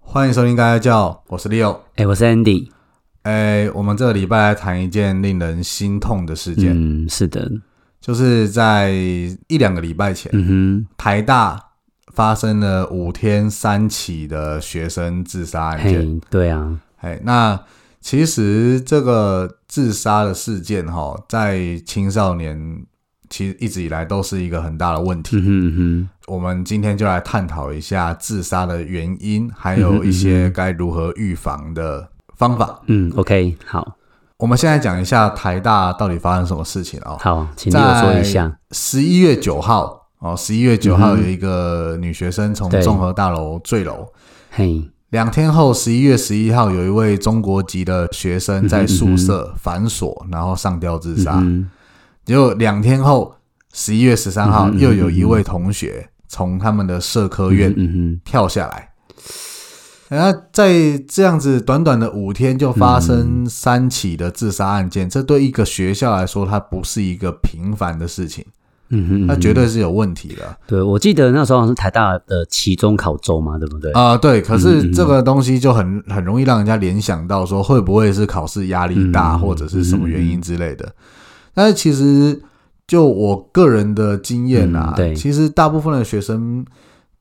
欢迎收听《该该叫》，我是 Leo。哎、我是 Andy。哎，我们这个礼拜来谈一件令人心痛的事件，嗯，是的，就是在一两个礼拜前，嗯台大发生了五天三起的学生自杀哼，案件。嘿，对啊，哎，那其实这个自杀的事件哈、在青少年其实一直以来都是一个很大的问题。嗯哼嗯我们今天就来探讨一下自杀的原因，还嗯有一些该如何预防的方法。哼，嗯，OK，好，我们现在讲一下台大到底发生什么事情哦。好，请你我说一下。十一月九号哦，十一月九号嗯哼有一个女学生从对综合大楼坠楼。嘿，两天后，十一月十一号，有一位中国籍的学生在宿舍反锁，然后上吊自杀。嗯结果两天后，十一月十三号，嗯哼又有一位同学从他们的社科院嗯哼，跳下来。然后在这样子短短的五天就发生三起的自杀案件，这对一个学校来说，它不是一个平凡的事情，嗯哼，嗯它哼绝对是有问题的对。我记得那时候好像是台大的期中考周嘛，对不嗯对？啊、对，可是这个东西就很很容易让人家联想到说，会不会是考试压力大，嗯或者是什么原因之类的。但是其实就我个人的经验啊，嗯对其实大部分的学生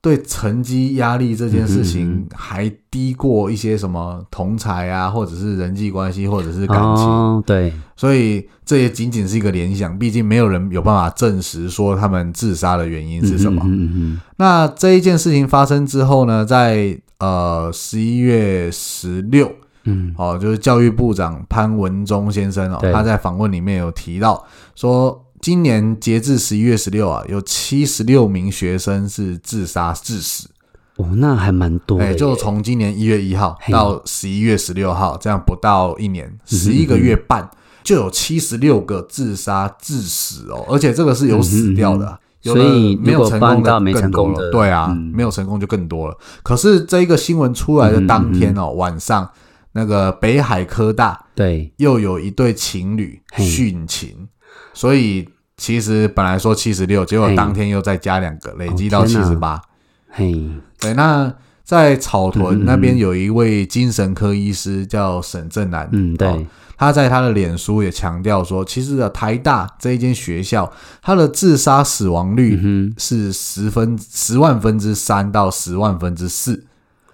对成绩压力这件事嗯情嗯还低过一些什么同才啊，或者是人际关系，或者是感情。哦，对，所以这也仅仅是一个联想，毕竟没有人有办法证实说他们自杀的原因是什么。嗯哼嗯那这一件事情发生之后呢，在呃十一月十六，嗯哼哦，就是教育部长潘文忠先生哦，对他在访问里面有提到说，今年截至十一月十六啊，有七十六名学生是自杀致死，嗯，哦，那还蛮多的哎，耶，就从今年一月一号嘿嗯到十一月十六号，这样不到一年，十一个月半。就有七十六个自杀致死哦，而且这个是有嗯死掉的啊，有的所以没如有果成办功到的没更成多功了，的，对啊，嗯没有成功就更多了。可是这一个新闻出来的嗯当天哦，晚上那个北海科大对，又有一对情侣嘿殉情，所以其实本来说七十六，结果嘿当天又再加两个，累积到哦七天哪十八。嘿，对，那在草嗯嗯屯嗯那边有一位精神科医师叫沈正南，嗯，哦对，他在他的脸书也强调说，其实啊，台大这一间学校，它的自杀死亡率嗯是十分十万分之三到十万分之四，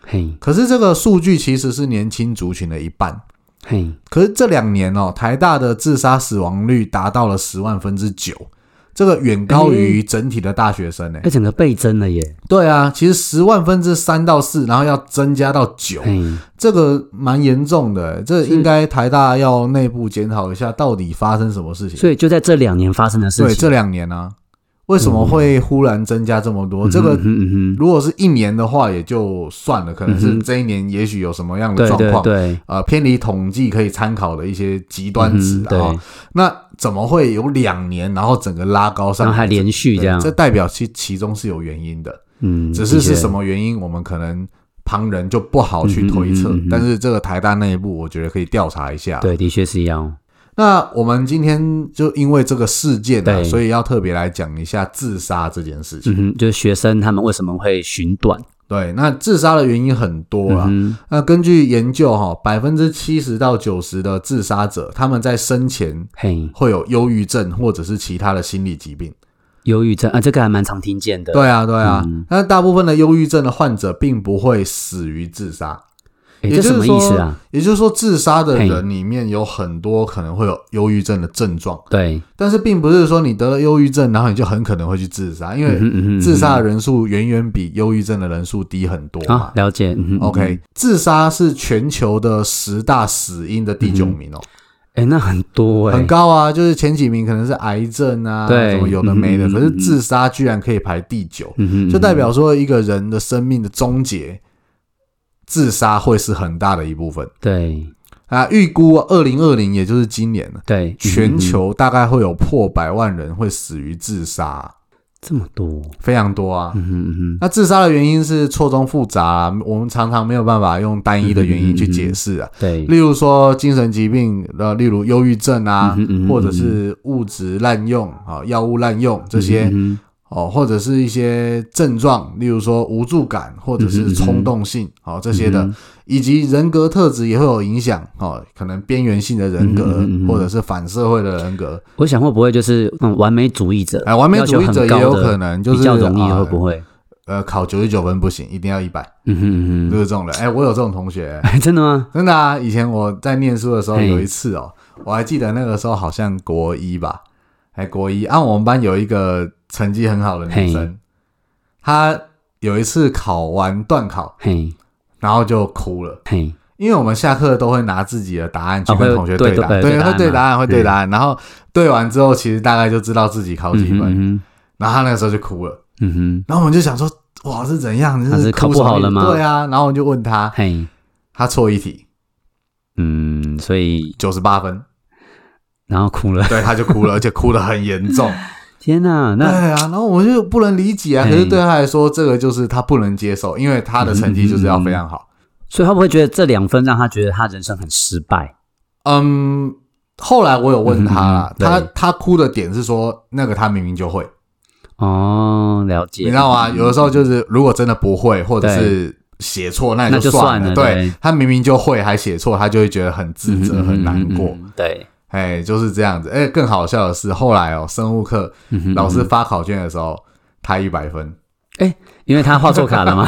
哼，嘿，可是这个数据其实是年轻族群的一半。嘿，可是这两年哦，台大的自杀死亡率达到了十万分之九，这个远高于整体的大学生呢、欸哎，整个倍增了耶，对啊，其实十万分之三到四，然后要增加到九，嘿，这个蛮严重的、欸这应该台大要内部检讨一下，到底发生什么事情。所以就在这两年发生的事对，情，这两年呢、为什么会忽然增加这么多？这个嗯哼嗯哼如果是一年的话也就算了，可能是嗯哼这一年也许有什么样的对状对况，对，呃，偏离统计可以参考的一些极端值嗯哼啊、对，那怎么会有两年，然后整个拉高上然来？后还连续这样啊对，这代表其其中是有原因的，嗯，只是的是确什？么原因，我们可能旁人就不好去推测。嗯哼嗯哼嗯哼但是这个台大内部，我觉得可以调查一下。对，的确是要，那我们今天就因为这个事件啊，对所以要特别来讲一下自杀这件事情。嗯哼，就是学生他们为什么会寻短？对，那自杀的原因很多啦。嗯哼，那根据研究哈、百分之七十到九十的自杀者，他们在生前嘿，会有忧郁症或者是其他的心理疾病。忧郁症啊，这个还蛮常听见的。对啊，对啊。嗯那大部分的忧郁症的患者并不会死于自杀，诶，也就这是什么意思说啊？也就是说，自杀的嘿人里面有很多可能会有忧郁症的症状。对，但是并不是说你得了忧郁症，然后你就很可能会去自杀，因嗯哼为嗯哼自杀的人数远远比忧郁症的人数低很多嘛啊，。了解。嗯哼 OK，自杀是全球的十大死因的第九名哦，哎，诶那很多哎，很高啊，就是前几名可能是癌症啊，对什么有的没的，嗯嗯嗯可是自杀居然可以排第九，嗯哼，嗯哼就代表说一个人的生命的终结，自杀会是很大的一部分对啊。预估二零二零，也就是今年了，对，嗯哼全嗯哼球大概会有破百万人会死于自杀啊、这么多，非常多啊。嗯哼嗯哼，那自杀的原因是错综复杂、啊，我们常常没有办法用单一的原嗯因去解释啊。对，例如说精神疾病，呃，例如忧郁症啊嗯哼嗯，哼或者是物质滥用啊、药物滥用这这些哦，或者是一些症状，例如说无助感或者嗯是冲动性，哦这些的，以及人格特质也会有影响，哦，可能边缘性的人嗯格、或者是反社会的人格，我想会不会就是嗯完美主义者？哎完美主义者要求很高的也有可能就是比较容易啊会不会？呃，考九十九分不行，一定要一百，嗯哼嗯就是这种人。哎、我有这种同学，哼， 真的吗？真的啊，以前我在念书的时候嘿有一次哦，我还记得那个时候好像国一吧，还国一，啊，我们班有一个成绩很好的女生，她有一次考完段考，嘿然后就哭了。嘿，因为我们下课都会拿自己的答案去哦跟会同学对答，对对对，会答案对嘛答案，会对嗯答案，然后对完之后，其实大概就知道自己考嗯几哼分。嗯然后她那个时候就哭了，哼嗯然后我们就想说，哇，是怎样？她是哭考不什么好了吗对啊，然后我就问她哼，，嘿，她错一题，嗯，所以九十八分，然后哭了，对，她就哭了，而且哭得很严重。天哪， 对嗯那嗯啊，然后我就不能理解啊。可是对她来说，这个就是她不能接受，因为她的成绩就是要非常好。所以他不会觉得这两分让他觉得他人生很失败？嗯，后来我有问她啦，嗯她对她哭的点是说，那个她明明就会，哦，了解，你知道吗？有的时候就是如果真的不会，或者是。写错那也那就算算了对对她明明就会还写错，她就会觉得很自责、很难过。嗯，嗯嗯嗯对，哎，就是这样子。哎，更好笑的是，后来哦，生物课嗯哼老师发考卷的时候，他一百分。因为他画错卡了 嘛，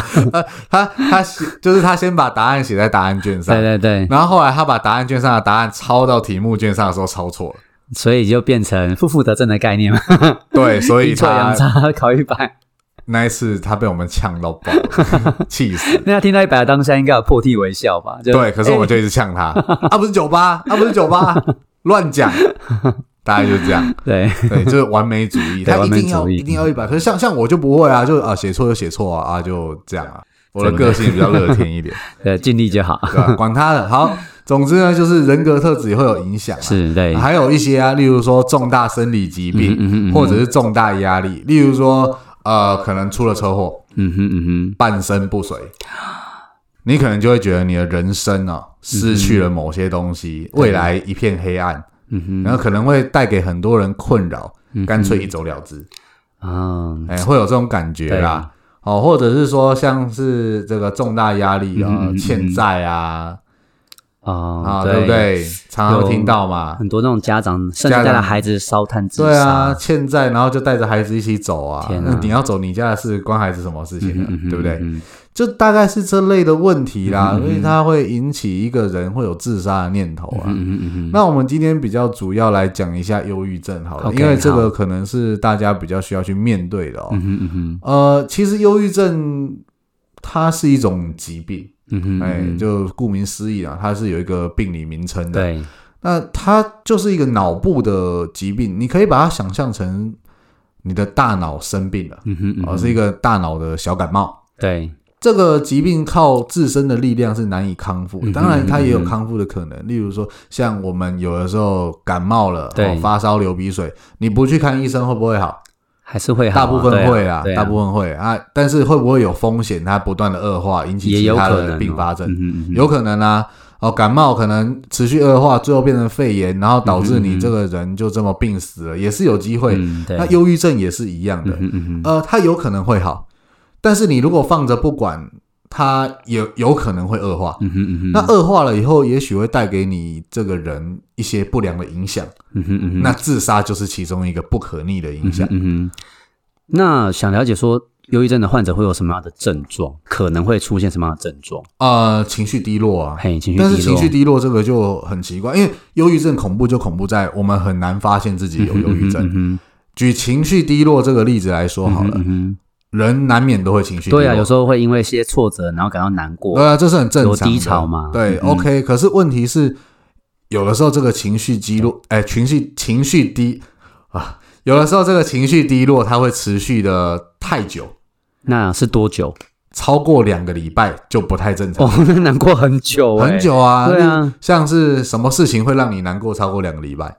他他 写就是他先把答案写在答案卷上对，对对，然后后来他把答案卷上的答案抄到题目卷上的时候抄错了。所以就变成负负得正的概念嘛，对，所以 阴错阳他差考一百。那一次他被我们呛到爆，气死。 那他听到一百的当下应该有破涕为笑吧？就对，可是我哎就一直呛他，啊不是酒吧，啊不是酒吧，乱 讲，大概就这样。对，对，就是完美主义，对他一定完要美主义一定要一百。可是像像我就不会啊，就啊写错就写错啊啊就这样啊。我的真的个性比较乐天一点，呃，尽力就好，对吧、管他的。好，总之呢，就是人格特质也会有影响、啊。是对，还有一些啊，例如说重大生理疾病，嗯哼嗯哼或者是重大压力，例如说呃，可能出了车祸，嗯哼嗯半身不遂，你可能就会觉得你的人生啊失去了某些东西，未来一片黑暗，哼嗯然后可能会带给很多人困扰，干脆一走了之，哼啊，哎、会有这种感觉啦。哦，或者是说像是这个重大压力啊、嗯嗯嗯嗯欠债啊，哦啊，对不？对？常常会听到嘛。很多那种家长甚至家长带着孩子烧炭自杀，对啊，，欠债，然后就带着孩子一起走啊。天那啊你要走你家的事，关孩子什么事情呢？啊嗯哼对不对？？嗯哼嗯就大概是这类的问题啦，所以它会引起一个人会有自杀的念头啊。嗯哼嗯哼，那我们今天比较主要来讲一下忧郁症好了 OK，因为这个可能是大家比较需要去面对的哦。嗯哼嗯哼呃，其实忧郁症它是一种疾病，嗯哼，哎、嗯哼就顾名思义啊，它是有一个病理名称的。对，那它就是一个脑部的疾病，你可以把它想象成你的大脑生病了，嗯哼嗯哦，哼，是一个大脑的小感冒。对，这个疾病靠自身的力量是难以康复的，嗯当然它也有康复的可能。例如说，像我们有的时候感冒了，对哦发烧、流鼻水，你不去看医生会不会好？还是会好大啊，部分会对啊，对啊大部分会啊。但是会不会有风险？它不断的恶化，引起也其有他可的能并发症，嗯哼嗯哼有可能啊。哦，感冒可能持续恶化，最后变成肺炎，然后导致你这个人就这么病死了，也是有机会。嗯对，那忧郁症也是一样的，嗯哼嗯哼呃，它有可能会好，但是你如果放着不管，它有有可能会恶化。嗯哼嗯哼，那恶化了以后，也许会带给你这个人一些不良的影响。嗯哼嗯哼那自杀就是其中一个不可逆的影响。嗯哼，那想了解说，忧郁症的患者会有什么样的症状？可能会出现什么样的症状？呃，情绪低落啊，嘿，情绪低但落，是情绪低落这个就很奇怪，因为忧郁症恐怖就恐怖在我们很难发现自己有忧郁症。嗯举情绪低落这个例子来说哼，好了，嗯哼，人难免都会情绪低落。对啊，有时候会因为一些挫折，然后感到难过对，啊，这是很正常的。有低潮嘛对、嗯 o k 可是问题是，有的时候这个情绪低落，哎、情绪情绪低啊，有的时候这个情绪低落，它会持续的太久，那是多久？超过两个礼拜就不太正常。哦，那难过很久，很，久啊，对啊例如像是什么事情会让你难过超过两个礼拜？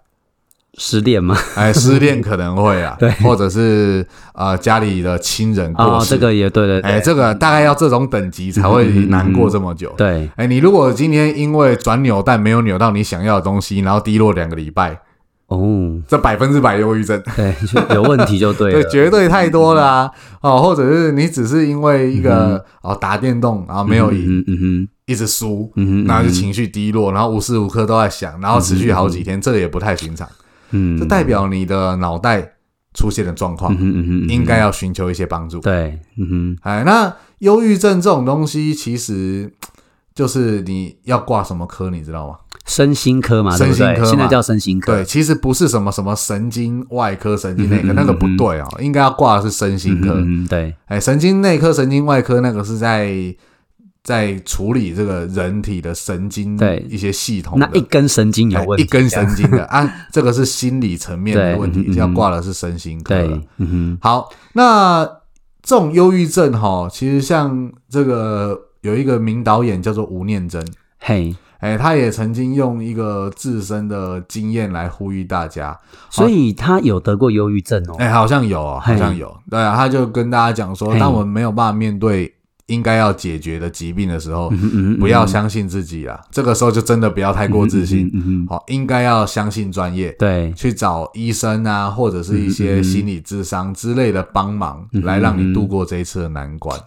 失恋嘛，哎，失恋可能会啊， 对或者是呃家里的亲人过哦，世，这个也对对哎，对嗯这个大概要这种等级才会难过这么久。对，哎，你如果今天因为转扭蛋没有扭到你想要的东西，然后低落两个礼拜，哦，这百分之百忧郁症，对，就有问题就对了。对，绝对太多了啊！哦，或者是你只是因为一个哦打电动，然后没有赢，嗯嗯嗯嗯一直输，嗯哼，然后就情绪低落，然后无时无刻都在想，然后持续好几天，这个也不太寻常，嗯，这代表你的脑袋出现了状况嗯，哼嗯哼，应该要寻求一些帮助。对，嗯哎，那忧郁症这种东西，其实就是你要挂什么科，你知道吗？哼，身心科嘛，对不身心对科？嘛现在叫身心科，对，其实不是什么什么神经外科、神经内科，嗯哼那个嗯不哼对哦，应该要挂的是身心嗯科。嗯嗯对，哎，神经内科、神经外科那个是在在处理这个人体的神经对一些系统的那一根神经有哎问一题，根神经的啊，这个是心理层面的对问题嗯，哼要嗯哼挂的是身心科对了。，嗯哼，好，那这种忧郁症哈，其实像这个有一个名导演叫做吴念真，嘿，哎，他也曾经用一个自身的经验来呼吁大家，所以他有得过忧郁症哦，哎，好像有哦，好嘿像有，对啊，他就跟大家讲说，嘿当我们没有办法面对应该要解决的疾病的时候，嗯哼嗯哼，不要相信自己啦，这个时候就真的不要太过自信，嗯哼，嗯哼，好，应该要相信专业，对，去找医生啊，或者是一嗯些心理智商之类的帮忙，来让你度过这一次的难关。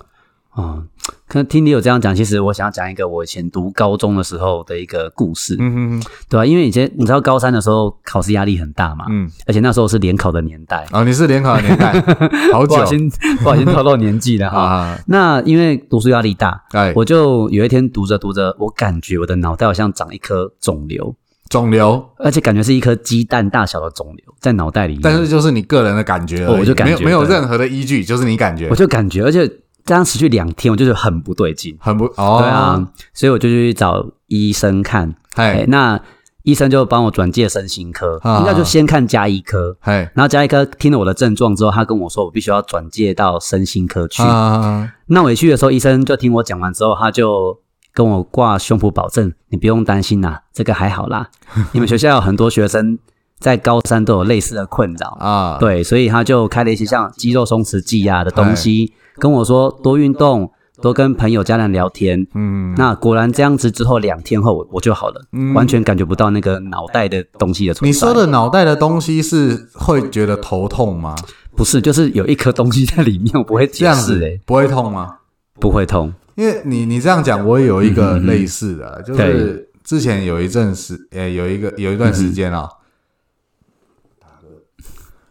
哦，可能听你有这样讲，其实我想要讲一个我以前读高中的时候的一个故事，嗯哼哼，对啊，因为以前你知道高三的时候考试压力很大嘛，嗯，而且那时候是联考的年代，哦，你是联考的年代，好不久小心 不小心透露年纪 了哈。啊，那因为读书压力大，哎，我就有一天读着读着，我感觉我的脑袋好像长一颗肿瘤，肿瘤，而且感觉是一颗鸡蛋大小的肿瘤在脑袋里面。但是就是你个人的感觉而已，哦我就感觉没有没有对任何的依据，就是你感觉我就感觉，而且这样持续两天，我就是很不对劲。很不哦，对啊，所以我就去找医生看。哎、嗨那医生就帮我转介身心科，啊应该就先看加医科。嗨然后加医科听了我的症状之后，他跟我说我必须要转介到身心科去。啊，那我一去的时候，医生就听我讲完之后，他就跟我挂胸脯保证，你不用担心啦、这个还好啦。你们学校有很多学生在高三都有类似的困扰，啊，对，所以他就开了一些像肌肉松弛剂啊的东哎西，跟我说多运动，多跟朋友、家人聊天。嗯，那果然这样子之后，两天后我我就好了，完全感觉不到那个脑袋的东西的存你在。说的脑袋的东西是会觉得头痛吗？不是，就是有一颗东西在里面，我不会这解样释、子欸，不会痛吗？不会痛。因为你你这样讲，我也有一嗯个类似的，就是之前有一阵时，呃、有一个有一段时间啊、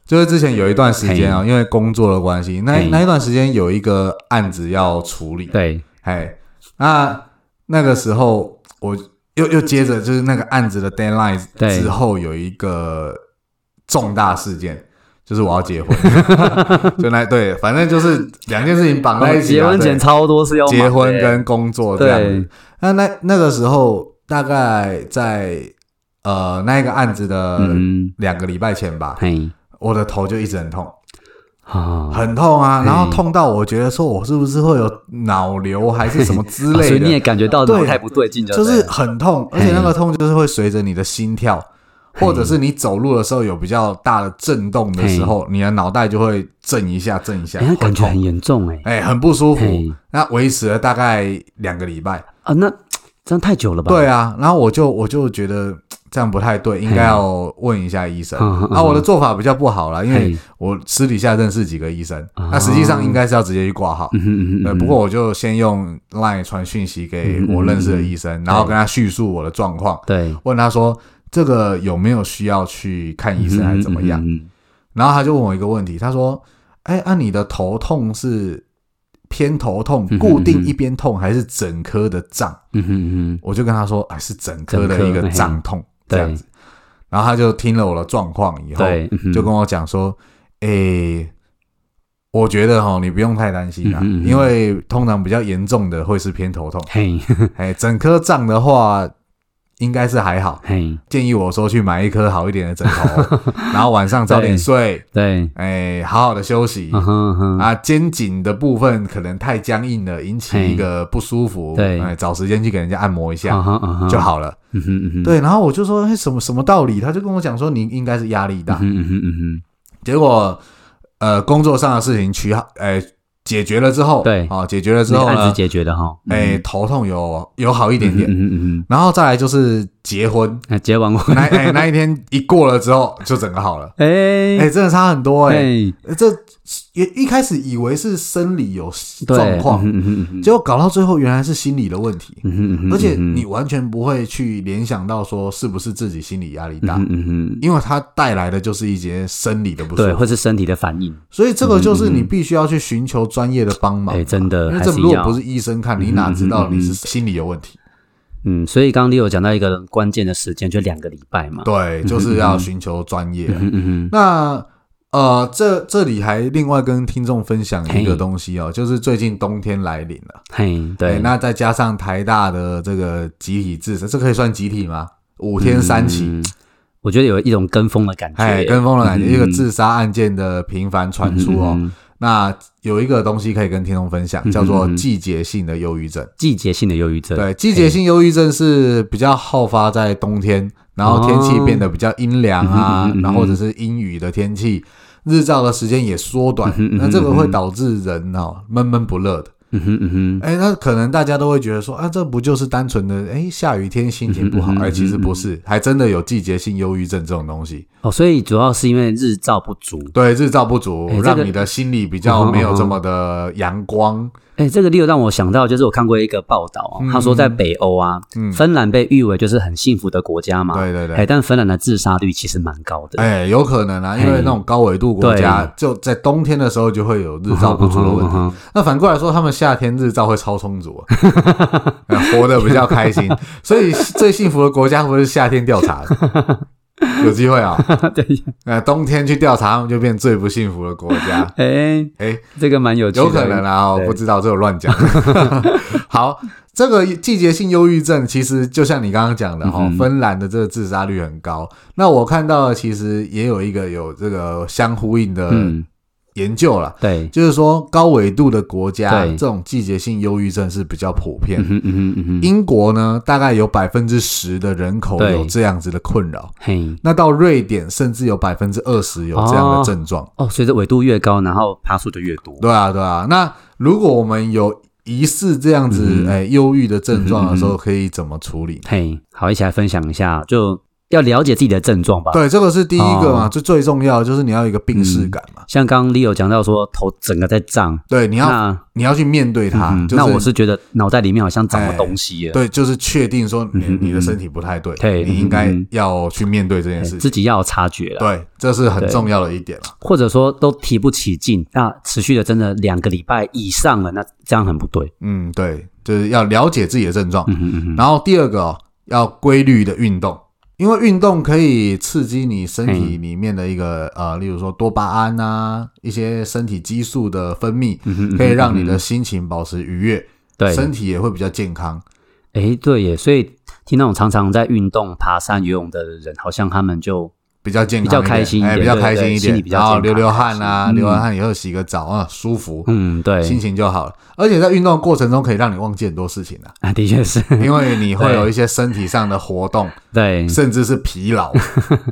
就是之前有一段时间啊、因为工作的关系，那嘿那一段时间有一个案子要处理，对，哎，那那个时候我又又接着就是那个案子的 deadline 对之后有一个重大事件。就是我要结婚， 就那对，反正就是两件事情绑在一起哦结啊。婚对前超多是要结忙的婚欸跟工作这样子。那那那个时候大概在呃那一个案子的嗯两个礼拜前吧，嘿，我的头就一直很痛，啊，很痛啊，嘿然后痛到我觉得说我是不是会有脑瘤还是什么之哦 所类以你也的，感觉到对脑袋不对 劲，就对是了很痛，而且那个痛就是会随着你的心跳。或者是你走路的时候有比较大的震动的时候，你的脑袋就会震一下，震一下，哎，那会感觉痛很严重哎，哎、很不舒服嘿。那维持了大概两个礼拜，啊，那这样太久了吧？对啊，然后我就我就觉得嘖这样不太对，应该要问一下医生。嗯嗯啊，我的做法比较不好啦，因为嘿我私底下认识几个医生，哦那实际上应该是要直接去挂号。嗯哼，嗯嗯对，嗯，呃不过我就先用 LINE 传讯息给我认识的医生，然后跟他叙述我的状况，对，问他说这个有没有需要去看医生还是怎么样。嗯？嗯嗯然后他就问我一个问题，他说：“哎，啊，你的头痛是偏头痛，嗯固定一边痛，还是整颗的胀？”嗯嗯嗯嗯我就跟他说，哎，是整颗的一个胀痛这整颗样子。然后他就听了我的状况以后，对，嗯哼就跟我讲说，诶、我觉得哈，你不用太担心啦、嗯哼嗯哼因为通常比较严重的会是偏头 痛，嘿哎，整颗胀的话应该是还好。嘿，建议我说去买一颗好一点的枕 头，然后晚上早点睡，对，哎，好好的休息。嗯哼嗯哼，啊，肩颈的部分可能太僵硬了，引起一个不舒服。对哎，找时间去给人家按摩一下嗯哼嗯哼就，好了。嗯哼嗯哼，对，然后我就说，哎，什么什么道理？他就跟我讲说，你应该是压力嗯大。哼嗯哼嗯结果，呃，工作上的事情取好，呃，解决了之后，对啊、解决了哼，之这个后案呢哎子，解决的哈，嗯哎，头痛有有好一点嗯点，嗯嗯嗯然后再来就是结婚 哎，结完婚，那哎那一天一过了之后就整个好了，哎哎、哎真的差很多哎、呃这也一开始以为是生理有对状况，嗯嗯嗯结果搞到最后原来是心理的问题，嗯嗯，而且嗯你完全不会去联想到说是不是自己心理压力大，嗯嗯嗯，因为它带来的就是一些生理的不对，嗯舒服，或是身体的反应，所以这个就是你必须要去寻求专业的帮忙哎，。真的因为还这是如果要不，是医生看，你哪知道你是心理有问题？嗯，所以刚刚你有讲到一个关键的时间，就两个礼拜嘛，对，就是要寻求专业。嗯嗯那呃，这这里还另外跟听众分享一个东西哦，就是最近冬天来临了，嗯，嘿，哎对，那再加上台大的这个集体自杀，这可以算集体吗？五天三起，嗯我觉得有一种跟风的感觉，哎，跟风的感觉，嗯一个自杀案件的频繁传出哦。嗯嗯嗯那有一个东西可以跟听众分享，嗯叫做嗯嗯季节性的忧郁症。季节性的忧郁症，对，季节性忧郁症是比较好发在冬天，然后天气变得比较阴凉啊嗯哼嗯哼嗯，哼然后或者是阴雨的天气，日照的时间也缩短嗯哼嗯，哼那这个会导致人哦闷闷不乐的。嗯哼嗯哼，哎，那可能大家都会觉得说啊，这不就是单纯的哎下雨天心情不好嗯哼嗯？哼哎，其实嗯哼不是，还真的有季节性忧郁症这种东西。哦，所以主要是因为日照不足。对，日照不足，哎这个哦让你的心里比较没有这么的阳光。哎，这个例子让我想到，就是我看过一个报道哦嗯，他说在北欧啊，嗯，芬兰被誉为就是很幸福的国家嘛，对对哎，对，但芬兰的自杀率其实蛮高的。哎，有可能啊，因为那种高纬度国家对，就在冬天的时候就会有日照不足的问嗯哼嗯题。那反过来说，他们夏天日照会超充足啊， 哎活得比较开 心。所以最幸福的国家会不会是夏天调查的？ 有机会啊，对，呃，冬天去调查，他们就变最不幸福的国家。哎哎，这个蛮有趣的，有可能啊，我对不知道，这有 乱讲。好，这个季节性忧郁症其实就像你刚刚讲的哈、哦嗯，哼芬兰的这个自杀率很高。那我看到的其实也有一个有这个相呼应的嗯，研究啦，对，就是说高纬度的国家对这种季节性忧郁症是比较普遍嗯的。哼嗯哼嗯哼，英国呢，大概有百分之十的人口对有这样子的困扰。嘿，那到瑞典，甚至有百分之二十有这样的哦症状。哦，随着纬度越高，然后爬树就越多，对啊，对啊。那如果我们有疑似这样子嗯诶忧郁的症状的时嗯候，可以怎么处理？嘿，好，一起来分享一下，就要了解自己的症状吧。，对，这个是第一个嘛，哦嗯最最重要的就是你要有一个病视感嘛。像刚刚 Leo 讲到说头整个在胀，对，你要那你要去面对它嗯，就是哎那我是觉得脑袋里面好像长了东西了，对，就是确定说你嗯嗯嗯你的身体不太对，对你应该嗯嗯要去面对这件哎事自情。己要有察觉了，对，这是很对重要的一点了。或者说都提不起劲，那持续的真的两个礼拜以上了，那这样很不对。嗯，对，就是要了解自己的症状。嗯嗯嗯，然后第二个、哦、要规律的运动，因为运动可以刺激你身嗯体里面的一个呃，例如说多巴胺啊，一些身体激素的分泌，嗯可以让你的心情保持愉悦，对，身体也会比较健康。哎，对耶，所以听那种常常在运动、爬山、游泳的人，好像他们就比较健康，比较开心一点哎，比较对开心一对心点里，比较然后健流康流汗啊，嗯流完汗以后洗个澡啊，舒服，嗯，对，心情就好了。而且在运动的过程中，可以让你忘记很多事情啊，啊， 的确是，因为你会对有一些身体上的活动，对，甚至是疲 劳，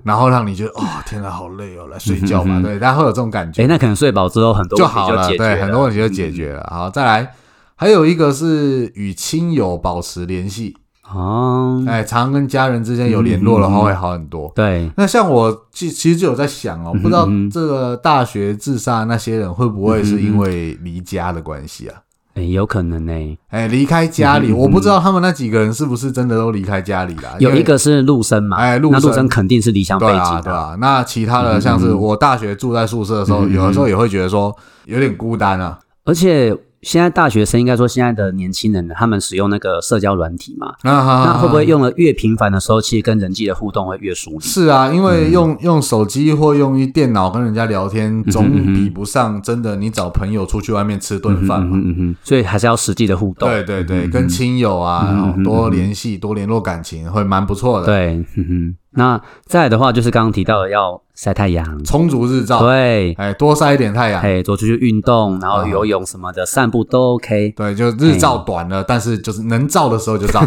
然后让你觉得哦，天哪，好累哦，来睡觉吧。嗯哼对，大家会有这种感哎，觉，那可能睡饱之后很多就问题好解决对，很多问题就解决了。好，再来，还有一个是与亲友保持联系，哦，哎，常跟家人之间有联络的嗯话哼会好很多。对，那像我其其实就有在想哦，嗯哼不知道嗯哼这个大学自杀那些人会不会是因为离家的关系啊？哎，有可能呢。哎，离开家里，嗯哼我不知道他们那几个人是不是真的都离开家里啦？有因为一个是陆生嘛，哎陆那陆生生肯定是理想背对啊，景对的，啊。那其他的，像是嗯我大学住在宿舍的时候，嗯有的时候也会觉得说有点孤单啊。而且现在大学生应该说现在的年轻人，他们使用那个社交软体嘛，那那那会不会用的越频繁的时候，其实跟人际的互动会越疏离？是啊？因嗯为用用手机或用一电脑跟人家聊天，嗯总比不上真的你找朋友出去外面吃顿饭嘛。嗯嗯嗯，所以还是要实际的互动。对对对，跟亲友啊，嗯然后嗯多嗯联系、多联络感情，会蛮不错的。对，嗯哼。那再来的话，就是刚刚提到的要晒太阳，充足日照，对，哎，多晒一点太阳。哎，多出去运动，然后游泳什么的，散步都 OK，对，就日照短了，但是就是能照的时候就 照，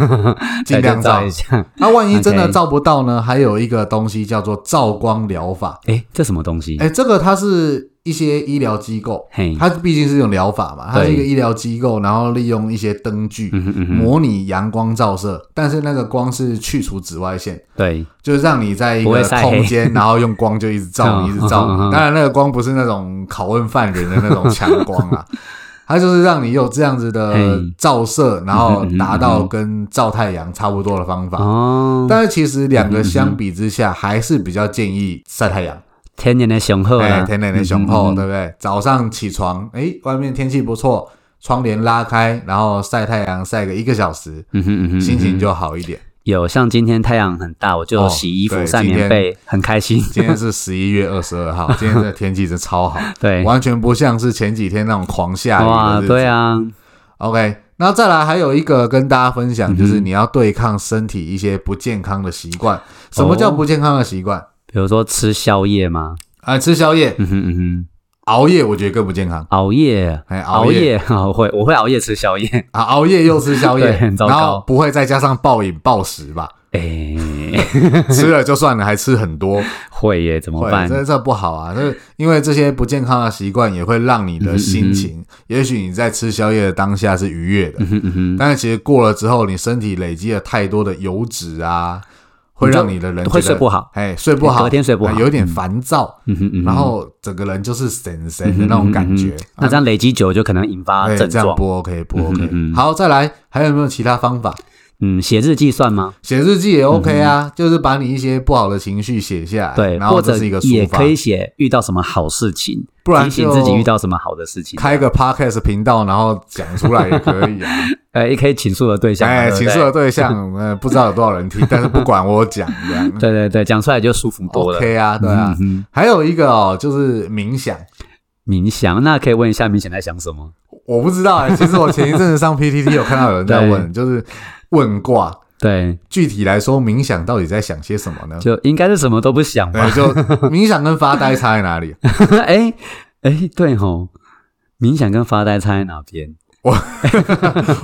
尽对量就照照一。下。那万一真的 OK 照不到呢？还有一个东西叫做照光疗法。哎，这什么东西？哎，这个它是一些医疗机构嘿，它毕竟是一种疗法嘛，它嗯对是一个医疗机构，然后利用一些灯具嗯哼嗯哼，模拟阳光照射，但是那个光是去除紫外线，对，就是让你在一不会个晒黑空间，然后用光就一直照你， 嗯一直照嗯嗯嗯你。当然，那个光不是那种拷问犯人的那种强光 啦，它就是让你有这样子的嘿照射，然后嗯嗯嗯达到跟照太阳差不多的方法。哦，但是其实两个相比之下，还是比较建议晒太阳，天然的雄厚哎，啦，天冷的雄厚，嗯对不对？早上起床，哎，外面天气不错，窗帘拉开，然后晒太阳晒个一个小时，嗯哼嗯哼，心情就好一点。有像今天太阳很大，我就哦洗衣服、对晒今棉天被，很开心。今天是十一月二十二号，今天这天气真超好，对，完全不像是前几天那种狂下雨哎哇的，日子。对啊， OK，那再来还有一个跟大家分享，嗯就是你要对抗身体一些不健康的习惯。什哦么叫不健康的习惯？比如说吃宵夜嘛，啊、吃宵夜、嗯哼嗯哼，熬夜，我觉得更不健康。熬夜， 哎，熬熬夜我会我会熬夜吃宵夜，啊，熬夜又吃宵夜对很，糟糕然后不会再加上暴饮暴食 吧？哎，吃了就算了，还吃很多，会耶，怎么会办？这这不好啊！这因为这些不健康的习惯也会让你的心情，也许你在吃宵夜的当下是愉悦的，嗯哼嗯哼，但是其实过了之后，你身体累积了太多的油脂啊，会你就让你的人会觉得睡不好，哎，睡不好，隔天睡不好啊有点烦躁，嗯哼嗯哼，然后整个人就是神神的那种感觉嗯哼嗯哼。啊那这样累积久就可能引发哎，症这样状。不 OK，不 OK 嗯哼嗯哼。好，再来，还有没有其他方法？嗯，写日记算吗？写日记也 OK 啊，就是把你一些不好的情绪写下来，嗯对，然或后这者是一个抒也发可，以写遇到什么好事情，不然提醒就自己遇到什么好的事情。开个 podcast 频道，然后讲出来也可 以啊。呃，也可以倾诉的对象嘛，哎，对不情对色的对象，呃，不知道有多少人听，但是不管我 讲这样对对对，讲出来就舒服多了。 ，OK 啊，对啊。嗯哼还有一个哦，就是冥想，冥想，那可以问一下冥想在想什么？我不知道 哎。其实我前一阵子上 PTT 有看到有人在问，就是问卦，对，具体来说，冥想到底在想些什么呢？就应该是什么都不想吧对，？就冥想跟发呆差在哪里？ 哎哎，对吼，冥想跟发呆差在哪边？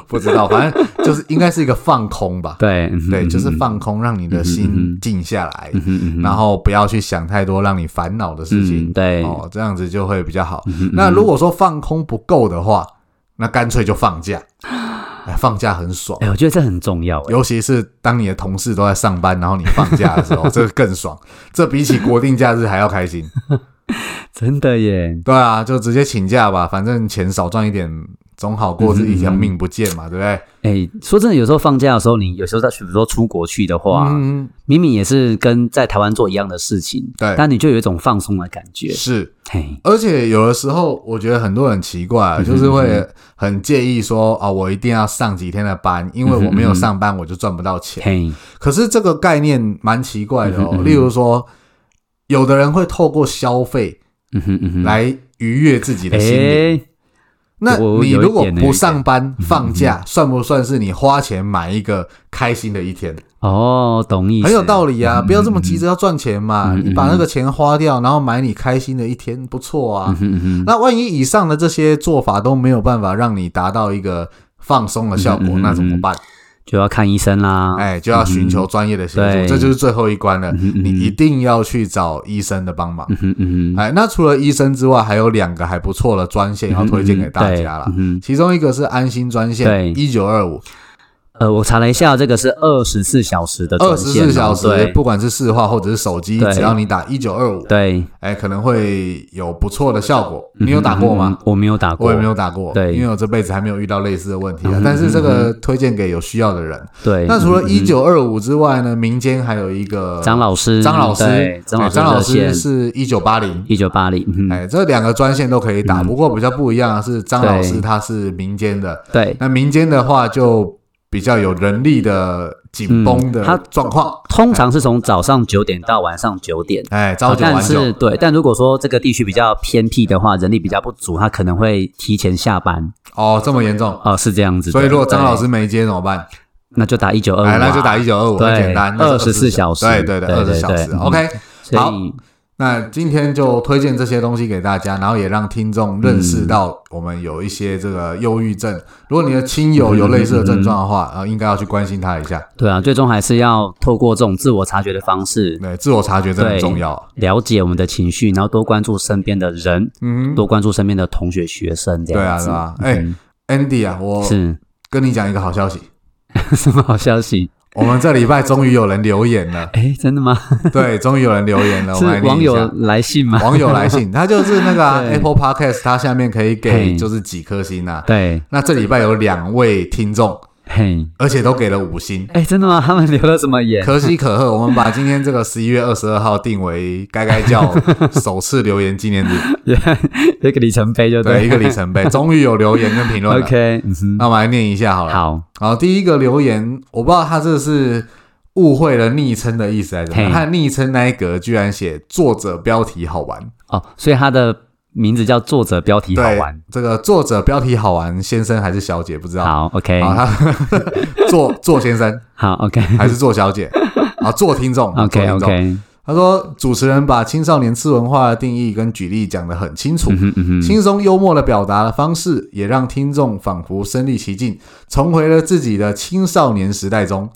不知道，反正就是应该是一个放空吧。对嗯哼对，就是嗯哼放空，让你的嗯嗯心嗯静下来，嗯哼嗯哼然后不要去想太多让你烦恼的事情。嗯对哦，这样子就会比较好。嗯哼那如果说放空不够的话，那干脆就放假。哎，放假很爽，哎，我觉得这很重要哎。尤其是当你的同事都在上班，然后你放假的时 候，这更爽。这比起国定假日还要开心。真的耶，对啊，就直接请假吧，反正钱少赚一点，总好过自己一嗯条命不见嘛，对不对？哎，说真的，有时候放假的时候，你有时候在比如说出国去的话，嗯，明明也是跟在台湾做一样的事情，对但你就有一种放松的感觉。是。嘿，而且有的时候，我觉得很多人奇怪嗯啊，就是会很介意说啊、我一定要上几天的班，因为我没有上班，我就赚不到钱。嘿，可是这个概念蛮奇怪的嗯哦哼。例如说，有的人会透过消费嗯哼嗯哼，来愉悦自己的心灵。哎，那我你有一如果点嗯有一不上班放假，算不算是你花钱买一个开心的一天？哦，懂意思，很有道理啊！不要这么急着要赚钱嘛，嗯嗯你把那个钱花掉，然后买你开心的一天，不错啊。嗯哼嗯哼，那万一以上的这些做法都没有办法让你达到一个放松的效果，嗯嗯嗯那怎么办？就要看医生啦。哎，就要寻求专业的协助，对这就是最后一关了。嗯嗯你一定要去找医生的帮忙。嗯哼嗯哼，哎，那除了医生之外，还有两个还不错的专线要推荐给大家啦。嗯哼嗯哼对嗯哼其中一个是安心专对线，一九二五，呃，我查了一下，这个是二十四小时的二专十线哦四小时，对不管是市话或者是手机，对只要你打一九二五，对，哎，可能会有不错的效果。你有打过吗？嗯？我没有打过，我也没有打过，对因为我这辈子还没有遇到类似的问题啊嗯。但是这个推荐给有需要的人。对，那除了嗯一九二五之外呢，民间还有一个张老师，嗯张老师，对张老哎师张老热师线是一九八零。一九八零，嗯哼哎，这两个专线都可以打，不过比较不一样的是，张老师对他是民间的，对，那民间的话就比较有人力的紧绷嗯他的状况，通常是从早上九点到晚上九点。哎，朝九但晚九是，对，但如果说这个地区比较偏僻的话，人力比较不足，他可能会提前下班哦，这么严重。哦，是这样子的。所以如果张老师哎对，没接怎么办？那就打一九二五，啊哎，那就打一九二五，很对简单，那是24小时对对对，对二对十小对时嗯，OK。所好以那今天就推荐这些东西给大家，然后也让听众认识到我们有一些这个忧郁症。如果你的亲友有类似的症状的话，呃，应该要去关心他一下。对啊，最终还是要透过这种自我察觉的方式，对，自我察觉真的很重要。啊了解我们的情绪，然后多关注身边的人，嗯，多关注身边的同学、学生这对啊，样对子。啊。哎嗯，Andy 啊，我是 跟你讲一个好消息，什么好消息？，我们这礼拜终于有人留言了哎，真的吗？ 对，终于有人留言了，我是们来念网一友下。来信吗？网友来信，他就是那 个啊、对 Apple Podcast，它下面可以给嘿就是几颗星啊。对，那这礼拜有两位听众，嘿，而且都给了五星，哎，真的吗？他们留了什么言？ 可喜可贺。我们把今天这个十一月二十二号定为“该该叫”首次留言纪念日，一个里程碑就对一 对个里程碑。终于有留言跟评论了。 OK，嗯哼，那我们来念一下好了。，好，好，第一个留言，我不知道他这是误会了昵称的意思还是怎么样。嘿他的昵称那一格居然写作者标题好玩，哦，所以他的名字叫作者，标题好对玩，，这个作者标题好玩先生还是小姐不知道。好，OK，好，他 做做先生好，OK，还是做小姐？啊，做听众做听 OK 众 OK，他说，主持人把青少年次文化的定义跟举例讲得很清楚，嗯哼嗯哼，轻松幽默的表达的方式，也让听众仿佛身临其境，重回了自己的青少年时代中。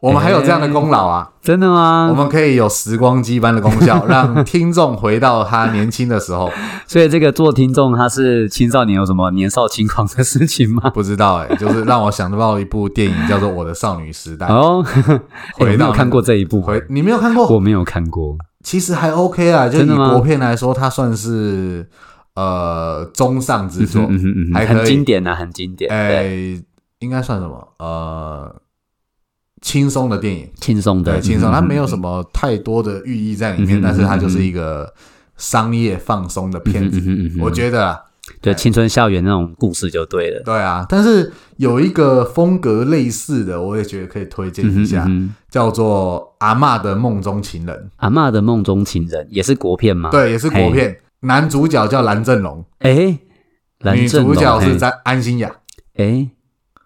我们还有这样的功劳啊！真的我吗？们可以有时光机般的功效，让听众回到他年轻的时 候。所以这个做听众他是青少年有什么年少轻狂的事情 吗？不知道哎、就是让我想到一部电影叫做《我的少女时代》。哦， 哎我回到没那有个看过这一部，回你没有看过？我没有看过，嗯其实还 OK 啊，就以真的吗国片来说，它算是呃中上之作，嗯哼嗯还可哼，以很经典呐，很经典，哎、对，应该算什么？呃，轻松的电影，轻松的，对，轻松，嗯哼它没有什么太多的寓意在里嗯面，哼但是它嗯哼就是一个商业放松的片子，嗯哼嗯哼嗯哼我觉得啊，对青春校园那种故事就对了，对啊，但是有一个风格类似的，我也觉得可以推荐嗯哼一下，嗯哼叫做《阿嬷的梦中情人阿嬷的梦中情人也是国片吗？》，，对，也是国嘿片，男主角叫蓝正龙，哎，蓝女正主龙角是嘿在安心雅。哎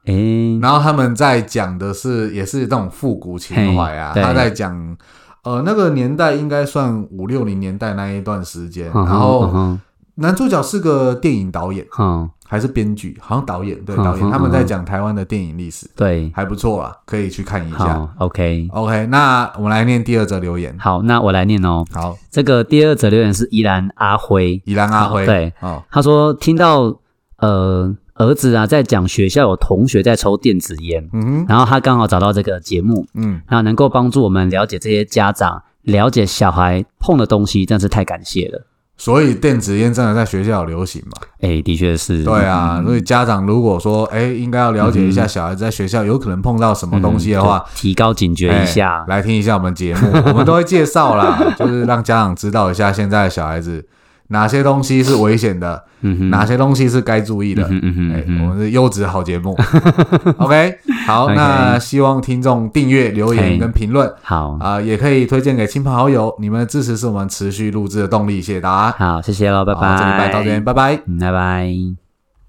哎，然后他们在讲的是，也是那种复古情怀啊。嘿对他在讲，呃，那个年代应该算五六零年代那一段时间。嗯哼然后嗯男主角是个电影导演哼嗯还是编剧，好像导演对嗯哼导演。嗯哼他们在讲台湾的电影历史，对，还不错啊，可以去看一下。好，OK， OK，那我们来念第二则留言。好，那我来念哦。好，这个第二则留言是依然阿辉，宜兰阿辉，好对，哦，他说听到呃儿子啊在讲学校有同学在抽电子烟，嗯哼，然后他刚好找到这个节目，嗯，那能够帮助我们了解这些家长了解小孩碰的东西，真是太感谢了。所以电子烟真的在学校有流行嘛？哎，的确是，嗯对啊，所以家长如果说，哎，应该要了解一下小孩子在学校有可能碰到什么嗯，东西的话，就提高警觉一下哎。来听一下我们节 目，我们都会介绍啦，就是让家长知道一下现在的小孩子哪些东西是危险的，嗯哼，哪些东西是该注意的。嗯哼哎嗯，哼我们是优质好节 目。OK，好 OK 那希望听众订阅、留言嘿跟评论好啊、也可以推荐给亲朋好友，你们的支持是我们持续录制的动力，谢谢大家。好，谢谢喽，拜好拜。这礼拜到这边，拜拜。嗯，拜拜。